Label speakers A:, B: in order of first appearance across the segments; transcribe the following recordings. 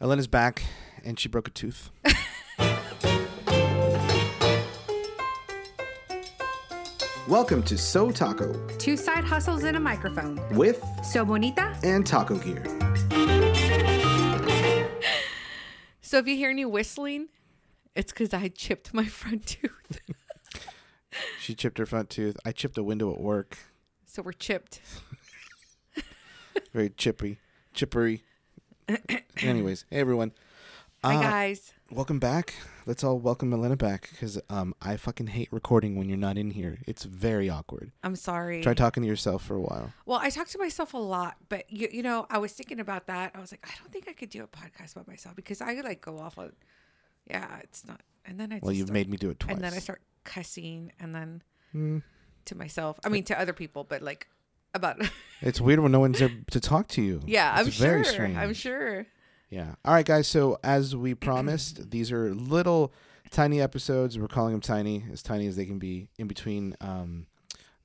A: Elena's back, and she broke a tooth.
B: Welcome to So Taco
C: Two side hustles and a microphone.
B: with
C: So bonita.
B: and Taco Gear.
D: So if you hear any whistling, it's because I chipped my front tooth.
A: She chipped her front tooth. I chipped a window at work.
D: So we're chipped.
A: Very chippy, chippery. Anyways, hey everyone.
D: Hi
A: Uh,
D: guys.
A: Welcome back. Let's all welcome Elena back because um, I fucking hate recording when you're not in here. It's very awkward.
D: I'm sorry.
A: Try talking to yourself for a while.
D: well, I talk to myself a lot, but you you know, I was thinking about that. I was like, I don't think I could do a podcast by myself because I could like go off on Yeah, it's not and then I
A: Well,
D: just
A: you've
D: start-
A: made me do it twice.
D: and then I start cussing and then to myself. I mean to other people, but like about
A: It's weird when no one's there to talk to you.
D: Yeah,
A: It's
D: I'm sure. I'm sure.
A: Yeah. All right, guys. So as we promised, these are little tiny episodes. We're calling them tiny, as tiny as they can be, in between um,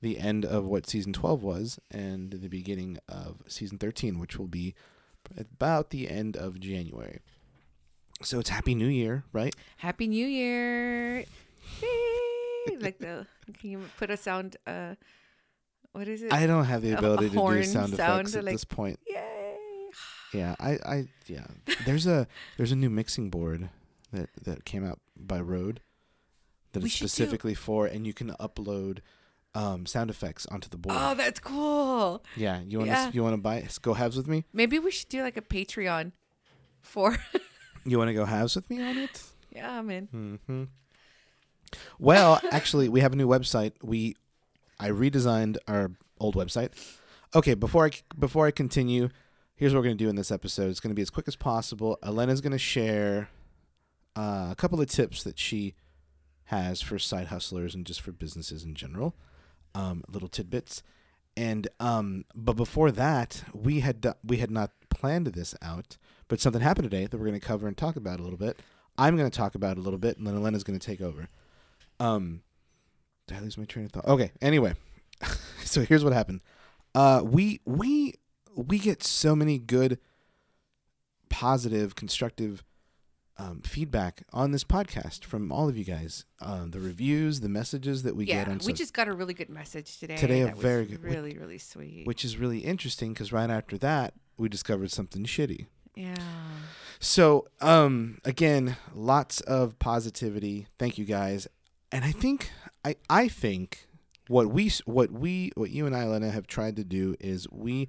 A: the end of what season twelve was and the beginning of season thirteen, which will be about the end of January. So it's Happy New Year, right?
D: Happy New Year. Yay. like the can you put a sound uh what is it?
A: I don't have the
D: A- a
A: ability to do
D: horn
A: sound effects
D: sound,
A: at
D: like-
A: this point.
D: Yay.
A: Yeah, I, I, yeah. There's a there's a new mixing board that that came out by Rode that is
D: We should do-
A: specifically for, and you can upload um, sound effects onto the board.
D: Oh, that's cool.
A: yeah, you want to
D: yeah.
A: you want to buy go halves with me?
D: Maybe we should do like a Patreon for
A: You want to go halves with me on it?
D: Yeah, man.
A: hmm Well, actually, we have a new website. We I redesigned our old website. Okay, before I before I continue, here's what we're gonna do in this episode. It's gonna be as quick as possible. Elena's gonna share uh, a couple of tips that she has for side hustlers and just for businesses in general. Um, little tidbits. And um, but before that, we had do- we had not planned this out, but something happened today that we're going to cover and talk about a little bit. I'm going to talk about it a little bit, and then Elena's going to take over. Um, did I lose my train of thought? Okay. Anyway, so here's what happened. Uh, we we we get so many good, positive, constructive um, feedback on this podcast from all of you guys. Um, the reviews, the messages that we
D: yeah,
A: get on
D: we
A: social
D: just got a really good message today.
A: Today, a
D: that was
A: very good- we-
D: really, really sweet.
A: which is really interesting because right after that we discovered something shitty
D: yeah,
A: so um again lots of positivity thank you guys and i think i i think what we s- what we what you and i Elena have tried to do is we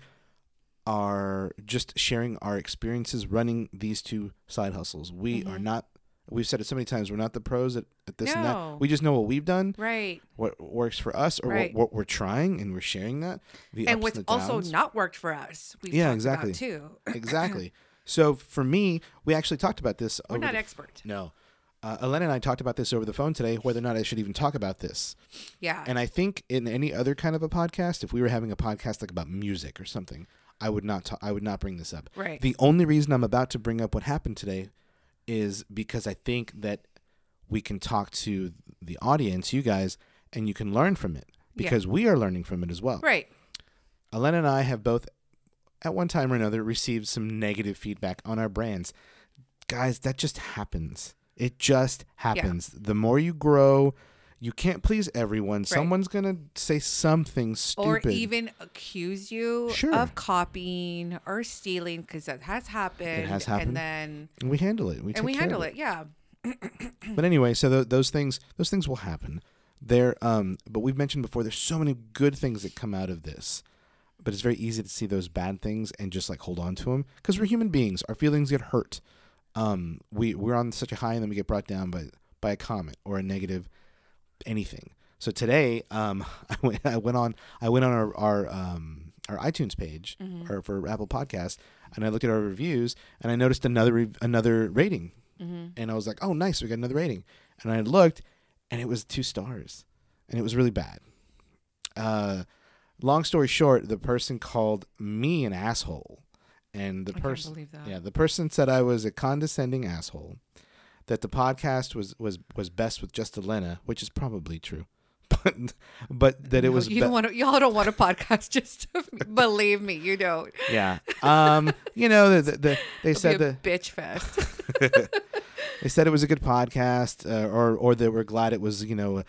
A: are just sharing our experiences running these two side hustles we
D: Mm-hmm.
A: are not we've said it so many times we're not the pros at, at this and
D: No.
A: that we just know what we've done
D: right.
A: what works for us or
D: Right.
A: what, what we're trying and we're sharing that the
D: And
A: ups
D: what's
A: the
D: also
A: downs.
D: not worked for us, we've
A: Yeah,
D: talked
A: exactly.
D: about too.
A: exactly. So for me, we actually talked about this.
D: We're
A: over
D: not
A: the-
D: expert.
A: No, uh, Elena and I talked about this over the phone today, whether or not I should even talk about this.
D: Yeah,
A: And I think in any other kind of a podcast, if we were having a podcast like about music or something, I would not. Ta- I would not bring this up.
D: Right.
A: The only reason I'm about to bring up what happened today is because I think that we can talk to the audience, you guys, and you can learn from it because we are learning from it as well.
D: right.
A: Elena and I have both, at one time or another, received some negative feedback on our brands. Guys, that just happens. It just happens. The more you grow, you can't please everyone. Someone's gonna say something stupid.
D: Or even accuse you
A: Sure.
D: of copying or stealing because that has happened.
A: has happened.
D: And then
A: and we handle it. We
D: and we handle it. Yeah,
A: But anyway, so th- those things, those things will happen. There, um, but we've mentioned before. There's so many good things that come out of this, but it's very easy to see those bad things and just like hold on to them because we're human beings. Our feelings get hurt. Um, we we're on such a high and then we get brought down by by a comment or a negative anything. So today, um, I went I went on I went on our our um, our iTunes page
D: Mm-hmm.
A: or for Apple Podcasts, and I looked at our reviews and I noticed another re- another rating,
D: Mm-hmm.
A: and I was like, oh nice, we got another rating, and I looked, and it was two stars, and it was really bad. Uh, long story short, the person called me an asshole, and the
D: I can't
A: person
D: believe that.
A: yeah the person said I was a condescending asshole that the podcast was was was best with just Elena, which is probably true. but but that it was
D: you
A: be-
D: don't want to, y'all don't want a podcast. Just believe me, you don't.
A: yeah. Um, you know, the, the, the, they
D: It'll be
A: said
D: a
A: the,
D: bitch fest.
A: they said it was a good podcast, uh, or or they were glad it was you know,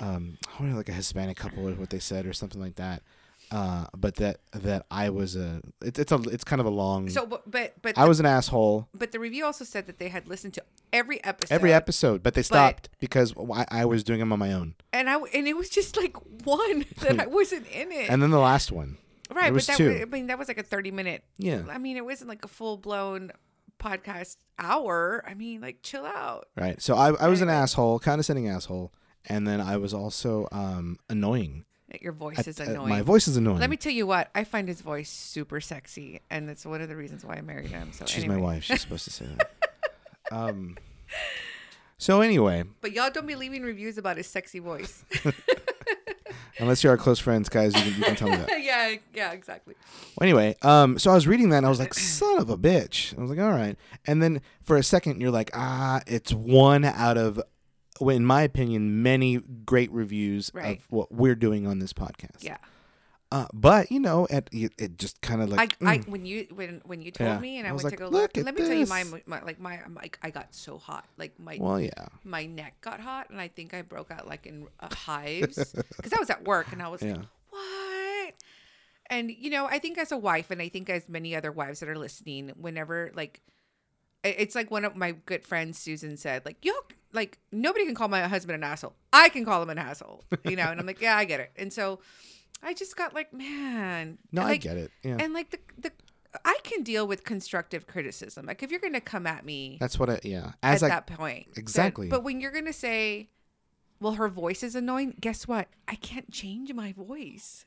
A: um, I wonder, like a Hispanic couple is what they said or something like that. Uh, but that that I was a it, it's a it's kind of a long.
D: so, but but but
A: I was an asshole
D: but the review also said that they had listened to every episode.
A: every episode, but they stopped because I, I was doing them on my own,
D: and I and it was just like one that I wasn't in it.
A: and then the last one.
D: right,
A: there was
D: but that
A: two.
D: was, I mean that was like a thirty minute.
A: Yeah.
D: I mean it wasn't like a full blown podcast hour. I mean like chill out.
A: Right. So I, I was an asshole, condescending asshole, and then I was also um, annoying.
D: Your voice is
A: Uh,
D: annoying.
A: my voice is annoying.
D: Let me tell you what I find his voice super sexy, and that's one of the reasons why I married him. So
A: She's
D: anyway.
A: my wife. She's supposed to say that. um. So anyway,
D: But y'all don't be leaving reviews about his sexy voice.
A: unless you're our close friends, guys, you can, you can tell me that.
D: yeah, yeah, exactly.
A: Well, anyway, um, so I was reading that and I was like, son of a bitch. I was like, all right. And then for a second, you're like, ah, it's one out of, well, in my opinion, many great reviews
D: Right.
A: of what we're doing on this podcast.
D: Yeah,
A: Uh, but you know, it it it just kind of
D: I,
A: like
D: I,
A: mm,
D: when you, when, when you told
A: Yeah.
D: me, and
A: I
D: I,
A: was
D: went
A: like,
D: to go
A: "Look
D: look.
A: at
D: Let me tell you, my,
A: this."
D: my, like my, I'm like, I got so hot, like my,
A: well, yeah.
D: my neck got hot, and I think I broke out like in uh, hives because I was at work, and I was
A: Yeah.
D: like, what? And you know, I think as a wife, and I think as many other wives that are listening, whenever like it- it's like one of my good friends susan said like y'all like nobody can call my husband an asshole i can call him an asshole you know and i'm like yeah i get it and so i just got like man
A: No,
D: and,
A: I
D: like-
A: get it. Yeah.
D: and like the the i can deal with constructive criticism like if you're gonna come at me
A: That's what I yeah. As
D: at
A: I
D: that point then-
A: exactly.
D: but when you're gonna say well her voice is annoying guess what i can't change my voice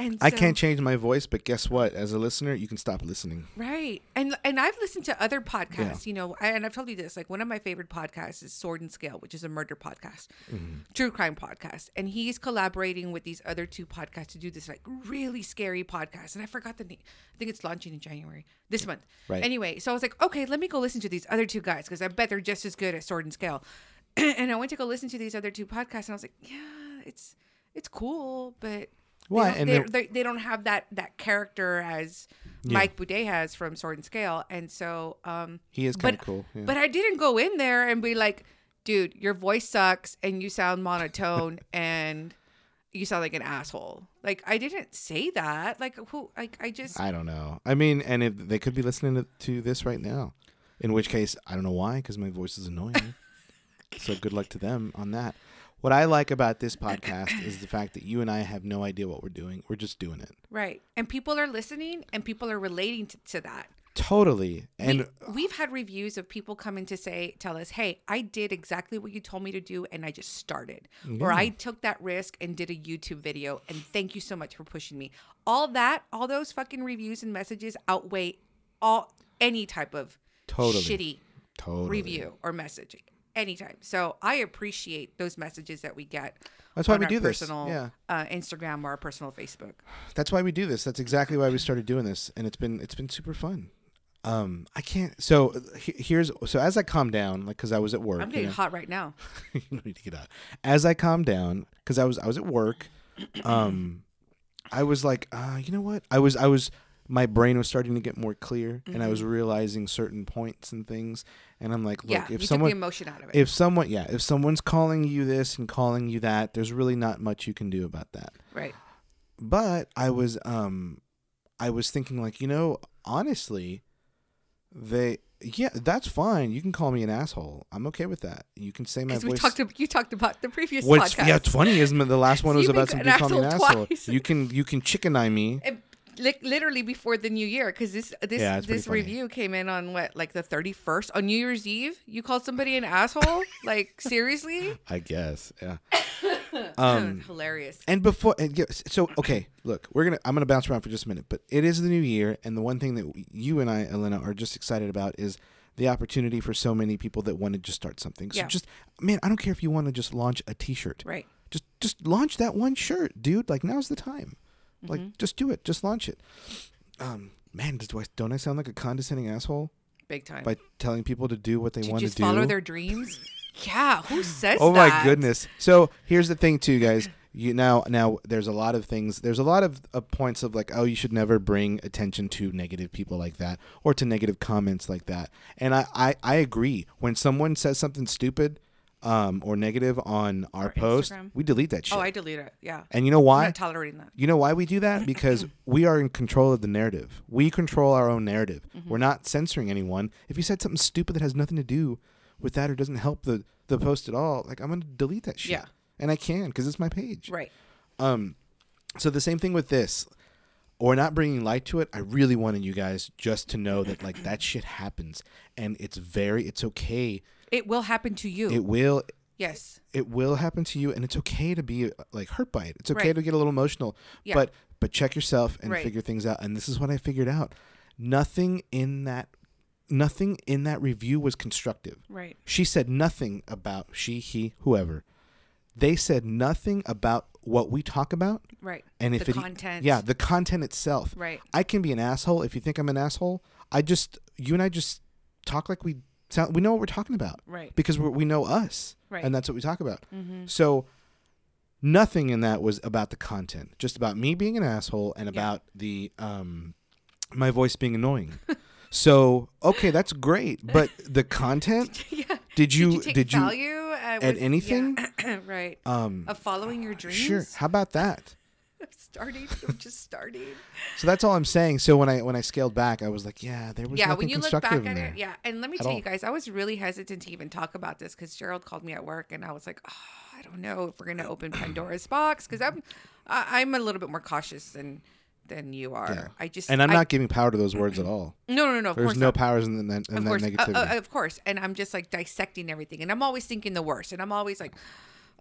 D: and
A: I
D: so-
A: can't change my voice, but guess what? As a listener, you can stop listening.
D: Right. And and I've listened to other podcasts, you know, I, and I've told you this, like one of my favorite podcasts is Sword and Scale, which is a murder podcast, true crime podcast. And he's collaborating with these other two podcasts to do this like really scary podcast. And I forgot the name. I think it's launching in January this month.
A: Right.
D: Anyway, so I was like, okay, let me go listen to these other two guys because I bet they're just as good at Sword and Scale. and I went to go listen to these other two podcasts and I was like, yeah, it's it's cool, but they
A: Why?
D: don't-
A: And
D: they-
A: they're-
D: they, they don't have that that character as Mike Boudet has from Sword and Scale, and so um,
A: He is
D: but
A: kind of cool. Yeah.
D: but I didn't go in there and be like, dude, your voice sucks and you sound monotone and you sound like an asshole. Like I didn't say that. Like who? Like I just
A: I don't know. I mean, and if they could be listening to, to this right now, in which case I don't know why, because my voice is annoying. so good luck to them on that. What I like about this podcast is the fact that you and I have no idea what we're doing. We're just doing it.
D: right. And people are listening and people are relating to, to that.
A: Totally. And
D: We've had reviews of people coming to say, tell us, hey, I did exactly what you told me to do and I just started. Or I took that risk and did a YouTube video and thank you so much for pushing me. All that, all those fucking reviews and messages outweigh all any type of
A: Totally.
D: shitty
A: totally.
D: review or message anytime. So I appreciate those messages that we get.
A: That's why
D: on
A: we
D: our
A: do this.
D: personal
A: Yeah.
D: uh, Instagram or our personal Facebook.
A: That's why we do this. That's exactly why we started doing this, and it's been it's been super fun. Um, I can't. So uh, he- here's so as I calm down, like because I was at work.
D: I'm
A: you
D: getting
A: know?
D: hot right now.
A: you need to get out. As I calmed down, because I was I was at work, um, I was like, uh, you know what? I was I was my brain was starting to get more clear, and I was realizing certain points and things. And I'm like, look,
D: Mm-hmm. yeah, you
A: if
D: took the
A: someone
D: emotion out of it.
A: if someone yeah if someone's calling you this and calling you that, there's really not much you can do about that.
D: right.
A: But I was um, I was thinking like, you know, honestly, they. Yeah, that's fine. You can call me an asshole. I'm okay with that. You can say my
D: Because
A: voice.
D: we talked, ab- you talked about the previous
A: What's
D: podcast.
A: yeah, it's funny is the last one
D: So
A: was
D: you've
A: about
D: been
A: somebody
D: an
A: calling me an
D: asshole
A: asshole.
D: twice.
A: You can you can chicken eye me.
D: It- li- literally before the new year because this this
A: Yeah, it's pretty
D: this
A: funny.
D: review came in on what like the 31st on new year's eve you called somebody an asshole like seriously
A: I guess yeah. Um,
D: hilarious
A: And before and yeah, so okay, look, we're gonna I'm gonna bounce around for just a minute, but it is the new year, and the one thing that you and I, Elena, are just excited about is the opportunity for so many people that want to just start something. So
D: Yeah.
A: just man, I don't care if you want to just launch a T-shirt,
D: Right.
A: Just just launch that one shirt, dude. Like now's the time.
D: Mm-hmm.
A: Like just do it. Just launch it. Um, man, does do I, don't I sound like a condescending asshole?
D: big time.
A: by telling people to do what they
D: to
A: want
D: just
A: to do.
D: follow their dreams. yeah, who says
A: oh
D: that?
A: my goodness. So here's the thing, too, guys. You now now there's a lot of things. There's a lot of uh, points of like, oh, you should never bring attention to negative people like that or to negative comments like that. And I I, I agree. When someone says something stupid. Um, or negative on our post,
D: Instagram.
A: we delete that shit.
D: Oh, I delete it. Yeah.
A: and you know
D: I'm
A: why?
D: not tolerating that.
A: You know why we do that? Because we are in control of the narrative. We control our own narrative.
D: Mm-hmm.
A: We're not censoring anyone. If you said something stupid that has nothing to do with that or doesn't help the, the post at all, like I'm going to delete that shit.
D: Yeah.
A: And I can because it's my page.
D: Right.
A: So the same thing with this. Or not bringing light to it. I really wanted you guys just to know that like that shit happens and it's very it's okay.
D: It will happen to you.
A: It will
D: yes.
A: it will happen to you and it's okay to be uh, like hurt by it it's okay
D: Right.
A: to get a little emotional
D: Yeah.
A: but but check yourself and
D: Right.
A: figure things out and this is what i figured out nothing in that nothing in that review was constructive
D: Right.
A: she said nothing about she he whoever they said nothing about what we talk about
D: Right.
A: and if
D: the
A: it e-,
D: content.
A: yeah the content itself
D: Right.
A: i can be an asshole if you think i'm an asshole i just you and i just talk like we sound we know what we're talking about
D: Right.
A: because we're, we know us
D: Right. Mm-hmm.
A: and that's what we talk about so nothing in that was about the content just about me being an asshole and about the um my voice being annoying so okay that's great but the content
D: yeah.
A: did you
D: did you take value at,
A: at anything?
D: right.
A: um
D: of following your dreams.
A: sure how about that
D: starting. I'm just starting.
A: so that's all i'm saying so when i when i scaled back i was like yeah there was
D: yeah,
A: nothing
D: when you look
A: constructive
D: back at
A: in there
D: it, yeah. And let me
A: At
D: tell
A: all.
D: you guys, I was really hesitant to even talk about this because Gerald called me at work, and I was like, oh, I don't know if we're gonna open Pandora's box because I'm, I, I'm a little bit more cautious than than you are.
A: Yeah.
D: I just
A: and i'm
D: I-
A: not giving power to those words at all
D: No, no, no. Of
A: there's
D: course
A: no
D: not.
A: powers in that in
D: Of
A: that
D: course, uh,
A: negativity
D: uh, of course. And I'm just like dissecting everything, and I'm always thinking the worst, and I'm always like.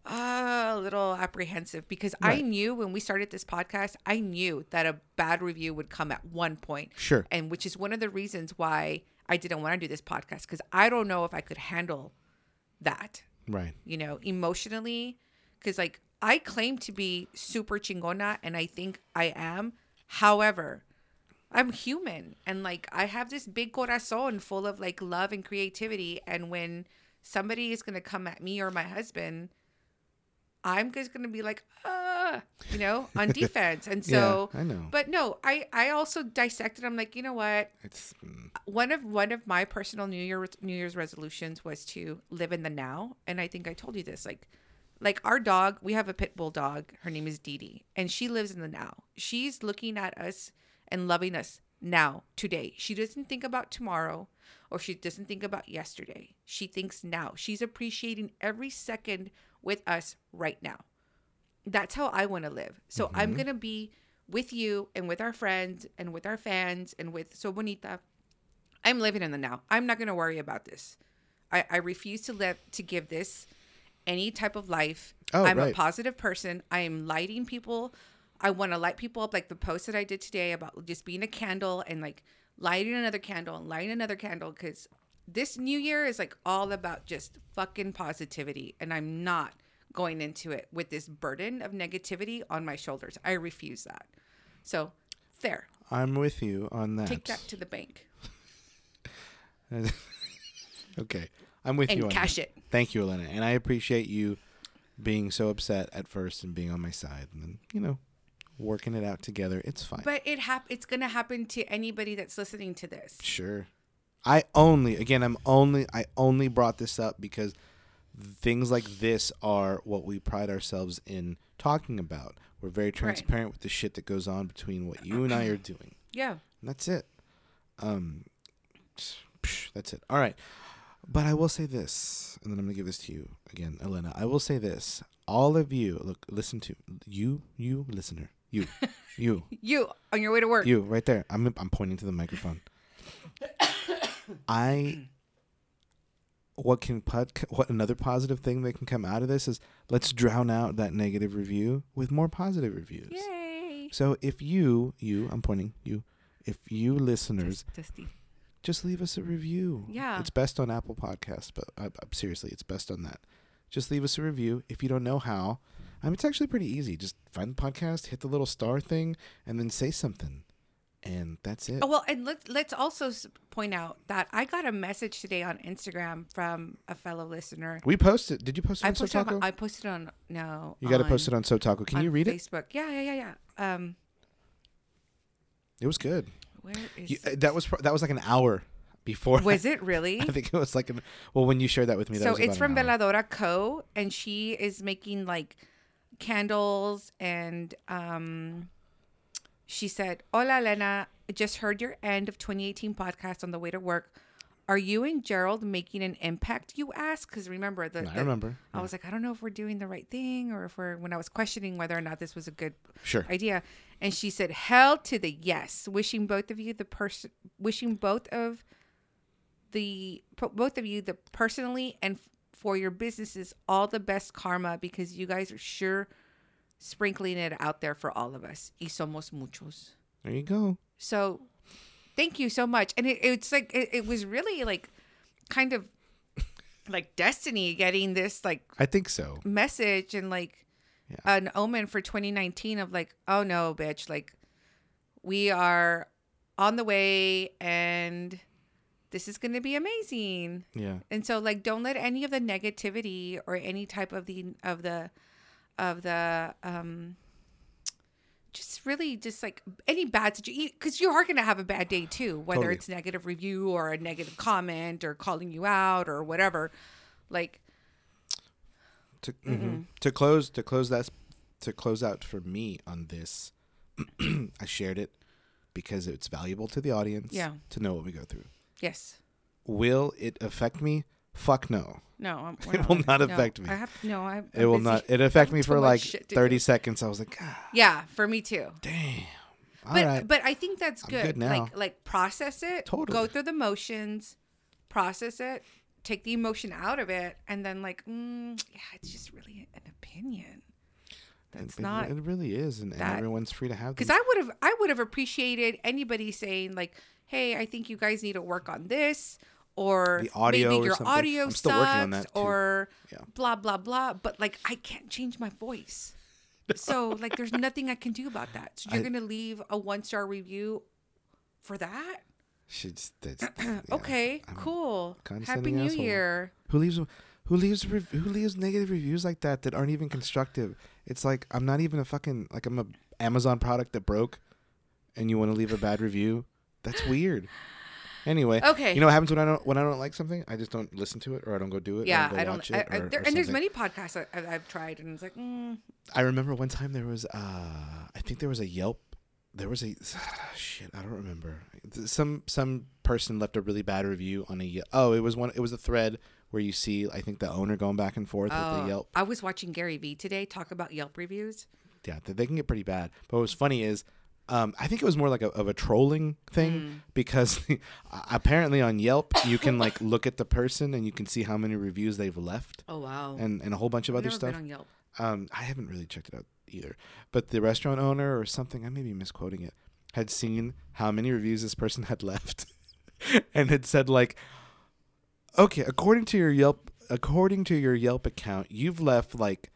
D: Uh, a little apprehensive because I
A: Right.
D: knew when we started this podcast, I knew that a bad review would come at one point.
A: Sure.
D: And which is one of the reasons why I didn't want to do this podcast because I don't know if I could handle that,
A: right
D: you know, emotionally. Because, like, I claim to be super chingona and I think I am. However, I'm human and like I have this big corazon full of like love and creativity. And when somebody is going to come at me or my husband, I'm just going to be like, ah, you know, on defense. And so,
A: Yeah, I know.
D: But no, I I also dissected. I'm like, you know what?
A: it's
D: one of one of my personal New Year New Year's resolutions was to live in the now, and I think I told you this. Like, like our dog, we have a pit bull dog. Her name is Dee Dee, and she lives in the now. She's looking at us and loving us now, today. She doesn't think about tomorrow, or she doesn't think about yesterday. She thinks now. She's appreciating every second with us right now that's how I want to live. So I'm going to be with you and with our friends and with our fans and with So Bonita. I'm living in the now. I'm not going to worry about this. I, I refuse to let to give this any type of life.
A: Oh,
D: I'm
A: right.
D: a positive person. I am lighting people. I want to light people up like the post that I did today about just being a candle and like lighting another candle and lighting another candle cuz this new year is like all about just fucking positivity and I'm not going into it with this burden of negativity on my shoulders. I refuse that. So there.
A: I'm with you on that.
D: Take that to the bank.
A: okay. I'm with
D: And
A: you on
D: cash
A: that.
D: it.
A: Thank you, Elena. And I appreciate you being so upset at first and being on my side and then, you know, working it out together. It's fine.
D: But it hap- it's going to happen to anybody that's listening to this.
A: sure. I only again I'm only I only brought this up because things like this are what we pride ourselves in talking about. We're very transparent with the shit that goes on between what you and I are doing.
D: Yeah.
A: And that's it. Um, psh, that's it. All right. But I will say this, and then I'm gonna give this to you again, Elena. I will say this: all of you, look, listen to you, you listener, you, you,
D: You on your way to work.
A: you, right there. I'm I'm pointing to the microphone. I. What can pod, what another positive thing that can come out of this is let's drown out that negative review with more positive reviews.
D: Yay.
A: So if you, you, I'm pointing you, if you listeners,
D: Dusty.
A: just leave us a review.
D: Yeah.
A: It's best on Apple Podcasts, but I, I, seriously, it's best on that. Just leave us a review. If you don't know how, I mean, it's actually pretty easy. Just find the podcast, hit the little star thing, and then say something. and that's it.
D: Oh, well, and let's let's also s- point out that I got a message today on Instagram from a fellow listener.
A: we posted. Did you post it
D: I
A: on
D: posted,
A: Sotaco?
D: on, I posted on no.
A: you got to post it on Sotaco. Can you read it?
D: Facebook. Yeah, yeah, yeah, yeah. Um,
A: It was good.
D: where is?
A: You, uh, that was pro- that was like an hour before.
D: was it really?
A: I think it was like an, well when you shared that with me. That
D: so
A: was
D: it's
A: about
D: from
A: an hour.
D: Veladora Co. and she is making like candles and um she said, Hola Elena, just heard your end of 2018 podcast on the way to work. Are you and Gerald making an impact? You ask because remember the,
A: I
D: the-
A: remember.
D: I was like, I don't know if we're doing the right thing or if we're when I was questioning whether or not this was a good
A: Sure.
D: idea. And she said, Hell to the yes. Wishing both of you the person wishing both of the po- both of you the personally and f- for your businesses all the best karma because you guys are sure sprinkling it out there for all of us. Y somos muchos.
A: There you go.
D: So thank you so much. And it, it's like it, it was really like kind of like destiny getting this like
A: I think so.
D: message and like an omen for 2019 of like, oh no, bitch, like we are on the way and this is going to be amazing.
A: Yeah.
D: And so like don't let any of the negativity or any type of the of the of the um just really just like any bad situation because you are going to have a bad day too whether
A: Totally.
D: it's negative review or a negative comment or calling you out or whatever like
A: to
D: Mm-hmm.
A: mhm. to close to close that to close out for me on this i shared it because it's valuable to the audience
D: Yeah.
A: to know what we go through
D: yes
A: will it affect me fuck no
D: No, I'm, we're
A: It will not
D: no,
A: affect me.
D: I have no. I,
A: it will not it affect me
D: Too
A: for
D: much
A: like
D: shit to
A: 30
D: do.
A: seconds i was like ah,
D: Yeah, for me too.
A: damn all
D: But
A: right
D: but I think that's
A: I'm
D: good.
A: good now.
D: Like like process it.
A: Totally.
D: Go through the motions, process it, take the emotion out of it, and then like, mm, yeah, it's just really an opinion. That's
A: it,
D: not
A: it really is and, and
D: that-
A: everyone's free to have
D: because
A: them.
D: I would have I would have appreciated anybody saying like, "Hey, I think you guys need to work on this," or
A: The audio
D: maybe
A: or
D: your
A: something.
D: audio
A: I'm
D: sucks,
A: still working on that, too.
D: or
A: Yeah.
D: blah blah blah. But like, I can't change my voice, so like, there's nothing I can do about that. So you're
A: I-
D: gonna leave a one star review for that?
A: She just- that's- yeah.
D: okay, cool. Happy
A: condescending
D: New
A: asshole.
D: Year.
A: who leaves who leaves rev- who leaves negative reviews like that that aren't even constructive it's like i'm not even a fucking like i'm a amazon product that broke and you want to leave a bad review that's weird anyway
D: Okay.
A: you know what happens when i don't when i don't like something i just don't listen to it or i don't go do it
D: Yeah,
A: or go
D: I don't.
A: watch
D: I,
A: it
D: I-
A: or-
D: there,
A: or
D: and there's
A: something.
D: many podcasts I, I, I've tried, and it's like, mm,
A: i remember one time there was uh i think there was a yelp there was a shit i don't remember some some person left a really bad review on a Yelp. oh it was one it was a thread where you see i think the owner going back and forth with
D: oh.
A: the yelp
D: I was watching Gary Vee today talk about Yelp reviews.
A: yeah, they, they can get pretty bad. But what's funny is, um, I think it was more like a, of a trolling thing
D: Hmm.
A: because apparently on Yelp you can like look at the person and you can see how many reviews they've left
D: Oh wow.
A: and and a whole bunch of
D: I've
A: other
D: never
A: stuff.
D: Been on Yelp.
A: Um, I haven't really checked it out either. But the restaurant owner or something, I may be misquoting it, had seen how many reviews this person had left and had said like okay, according to your Yelp according to your Yelp account, you've left like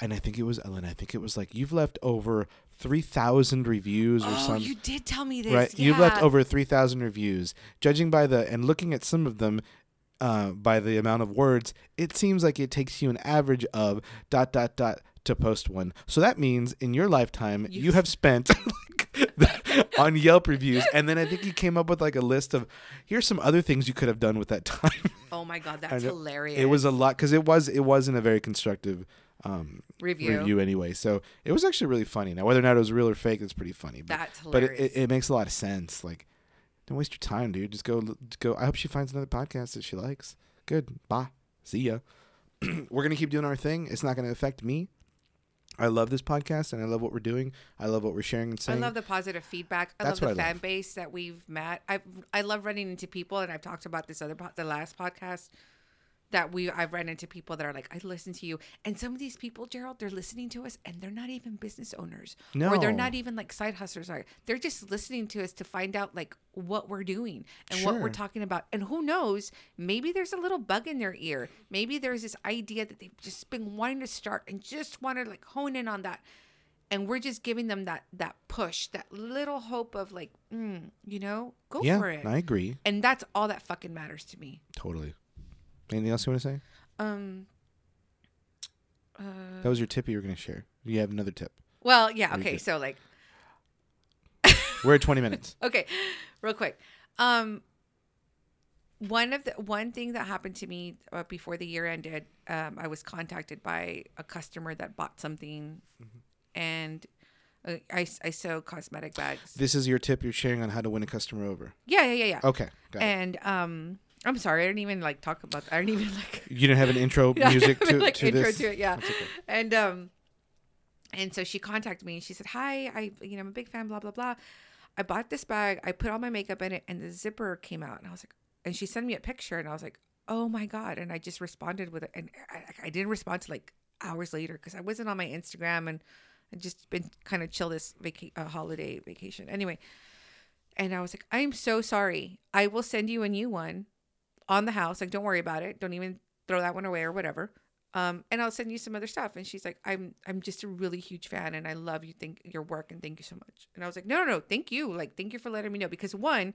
A: and I think it was Ellen, I think it was like you've left over 3000 reviews or
D: Oh,
A: some
D: you did tell me this.
A: right? You've left
D: yeah.
A: over 3,000 reviews. Judging by the, and looking at some of them, uh, by the amount of words, it seems like it takes you an average of dot, dot, dot to post one. So that means in your lifetime, you, have spent. on Yelp reviews, and then I think he came up with like a list of here's some other things you could have done with that time.
D: Oh my god,
A: I
D: that's
A: know.
D: hilarious.
A: It was a lot because it was it wasn't a very constructive um,
D: Review.
A: anyway. So it was actually really funny. Now whether or not it was real or fake, it's pretty funny. But,
D: That's
A: But it,
D: hilarious.
A: it, it makes a lot of sense. Like, don't waste your time, dude. Just go l- go. I hope she finds another podcast that she likes. Good. Bye. See ya. we're gonna keep doing our thing. It's not gonna affect me. I love this podcast and I love what we're doing. I love what we're sharing and
D: I
A: saying.
D: love the positive feedback. I
A: That's
D: love
A: what
D: the
A: I
D: fan
A: love.
D: base that we've met. I I love running into people, and I've talked about this other po- the last podcast that we I've run into people that are like, I listen to you, and some of these people, Gerald, they're listening to us, and they're not even business owners, or they're
A: No.
D: not even like side hustlers. Are they're just listening to us to find out like what we're doing and what
A: Sure.
D: we're talking about, and who knows, maybe there's a little bug in their ear, maybe there's this idea that they've just been wanting to start and just want to like hone in on that and we're just giving them that that push, that little hope of like, mm, you know, go
A: yeah,
D: for it.
A: I agree
D: and that's all that fucking matters to me.
A: totally. Anything else you want to say?
D: Um. Uh,
A: That was your tip you were going to share. You have another tip.
D: well, yeah, okay.
A: good.
D: So like,
A: We're at 20 minutes.
D: okay, real quick. Um, one of the one thing that happened to me uh, before the year ended, um, I was contacted by a customer that bought something, and uh, I I sew cosmetic bags.
A: This is your tip you're sharing on how to win a customer over.
D: yeah, yeah, yeah, yeah.
A: Okay. Got it.
D: and um, I'm sorry, I didn't even like talk about. I didn't even like.
A: You didn't have an intro music
D: I
A: to,
D: mean, like
A: to
D: intro
A: this?
D: to it, yeah.
A: That's okay.
D: And um, and so she contacted me and she said, "Hi, I you know I'm a big fan, blah blah blah. I bought this bag. I put all my makeup in it, and the zipper came out, and I was like, and she sent me a picture, and I was like, oh my god, and I just responded with it, and I, I didn't respond to like hours later because I wasn't on my Instagram and I just been kind of chill this vaca- uh, holiday vacation anyway. And I was like, I'm so sorry. I will send you a new one on the house. Like, don't worry about it. Don't even throw that one away or whatever. Um, and I'll send you some other stuff. And she's like, I'm I'm just a really huge fan and I love you think your work and thank you so much. And I was like, No, no, no, thank you. Like, thank you for letting me know. Because one,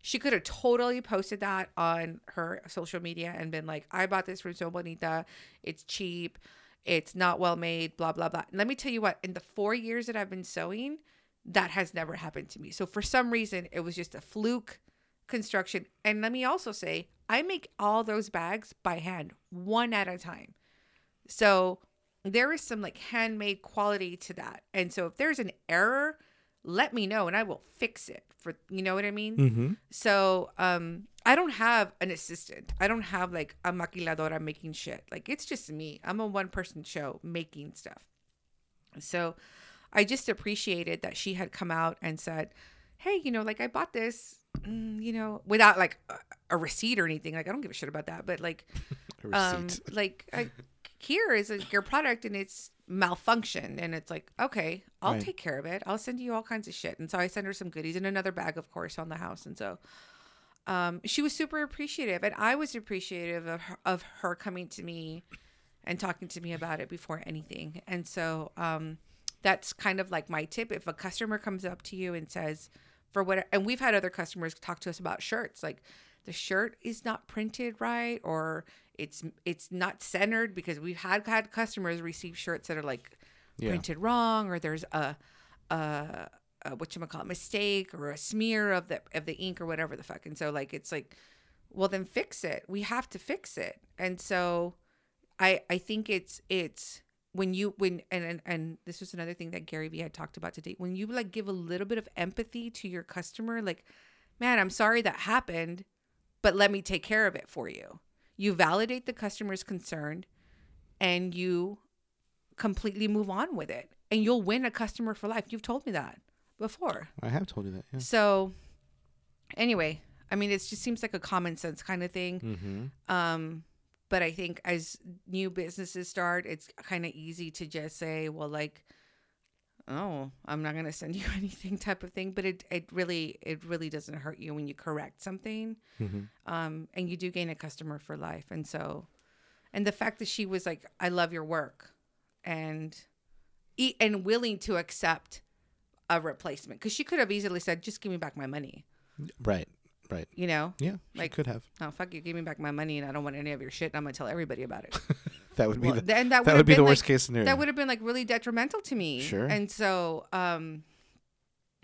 D: she could have totally posted that on her social media and been like, I bought this from So Bonita. It's cheap, it's not well made, blah, blah, blah. And let me tell you what, in the four years that I've been sewing, that has never happened to me. So for some reason, it was just a fluke construction. And let me also say, I make all those bags by hand, one at a time. So there is some like handmade quality to that. And so if there's an error, let me know and I will fix it for you know what I mean?
A: Mm-hmm.
D: So um I don't have an assistant. I don't have like a maquiladora making shit. Like it's just me. I'm a one person show making stuff. So I just appreciated that she had come out and said, Hey, you know, like I bought this, mm, you know, without like a, a receipt or anything. Like I don't give a shit about that. But like,
A: A
D: um,
A: receipt.
D: like I, here is like, your product and it's malfunctioned. And it's like, okay, I'll
A: Right.
D: take care of it. I'll send you all kinds of shit. And so I sent her some goodies and another bag, of course, on the house. And so um, she was super appreciative, and I was appreciative of her, of her coming to me and talking to me about it before anything. And so um, that's kind of like my tip. If a customer comes up to you and says, for what, and we've had other customers talk to us about shirts, like the shirt is not printed right, or it's it's not centered because we've had had customers receive shirts that are like
A: Yeah.
D: printed wrong, or there's a a, a what you call mistake or a smear of the of the ink or whatever the fuck. And so like it's like, well then fix it. We have to fix it. And so I I think it's it's when you when and and, and this was another thing that Gary Vee had talked about today. When you like give a little bit of empathy to your customer, like, man, I'm sorry that happened, but let me take care of it for you. You validate the customer's concern and you completely move on with it. And you'll win a customer for life. You've told me that before.
A: I have told you that. Yeah.
D: So anyway, I mean, it just seems like a common sense kind of thing.
A: Mm-hmm.
D: Um, but I think as new businesses start, it's kind of easy to just say, well, like, oh, I'm not gonna send you anything type of thing. But it it really it really doesn't hurt you when you correct something,
A: Mm-hmm.
D: um, and you do gain a customer for life. And so, and the fact that she was like, I love your work, and e- and willing to accept a replacement because she could have easily said, just give me back my money,
A: Right. Right.
D: you know.
A: Yeah. Like
D: Like-
A: could have.
D: Oh fuck you! Give me back my money, and I don't want any of your shit. And I'm gonna tell everybody about it.
A: That would be
D: Well,
A: the,
D: then
A: that, would
D: that would've
A: be the
D: been,
A: worst
D: like-
A: case scenario.
D: That would have been like really detrimental to me.
A: Sure.
D: And so, um,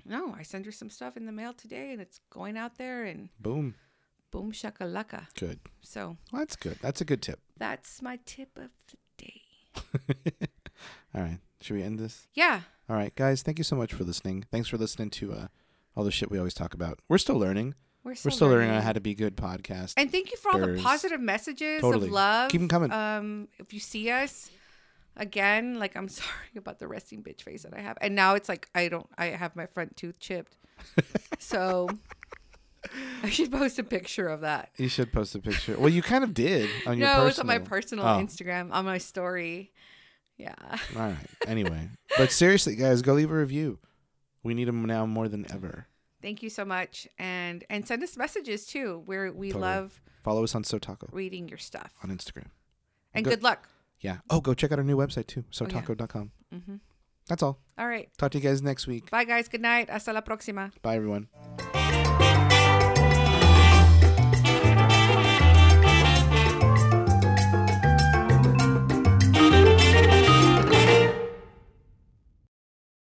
D: no, I send her some stuff in the mail today, and it's going out there, and
A: Boom.
D: boom shakalaka.
A: Good.
D: So
A: Well, that's good. That's a good tip.
D: that's my tip of the day.
A: All right. Should we end this?
D: Yeah,
A: All right, guys. Thank you so much for listening. Thanks for listening to uh, all the shit we always talk about. We're still learning.
D: we're
A: We're
D: still,
A: still learning on how to be good podcast.
D: And thank you for all the
A: There's-
D: positive messages
A: Totally.
D: of love.
A: Keep 'em coming.
D: Um, if you see us again, like I'm sorry about the resting bitch face that I have, and now it's like I don't. I have my front tooth chipped, so I should post a picture of that.
A: you should post a picture. Well, you kind of did on your
D: no,
A: personal.
D: it's on my personal
A: Oh,
D: Instagram, on my story. Yeah.
A: All right. Anyway, but seriously, guys, go leave a review. We need them now more than ever.
D: Thank you so much. And and send us messages too. Where we
A: Totally.
D: love
A: Follow us on SoTaco
D: reading your stuff.
A: on Instagram.
D: And
A: Go-
D: good luck.
A: Yeah. Oh, go check out our new website too,
D: yeah.
A: sotaco.com.
D: That's Mm-hmm. all.
A: All right.
D: Talk to you guys next week.
A: Bye, guys. Good night. Hasta la próxima.
D: Bye everyone.
E: Thank you.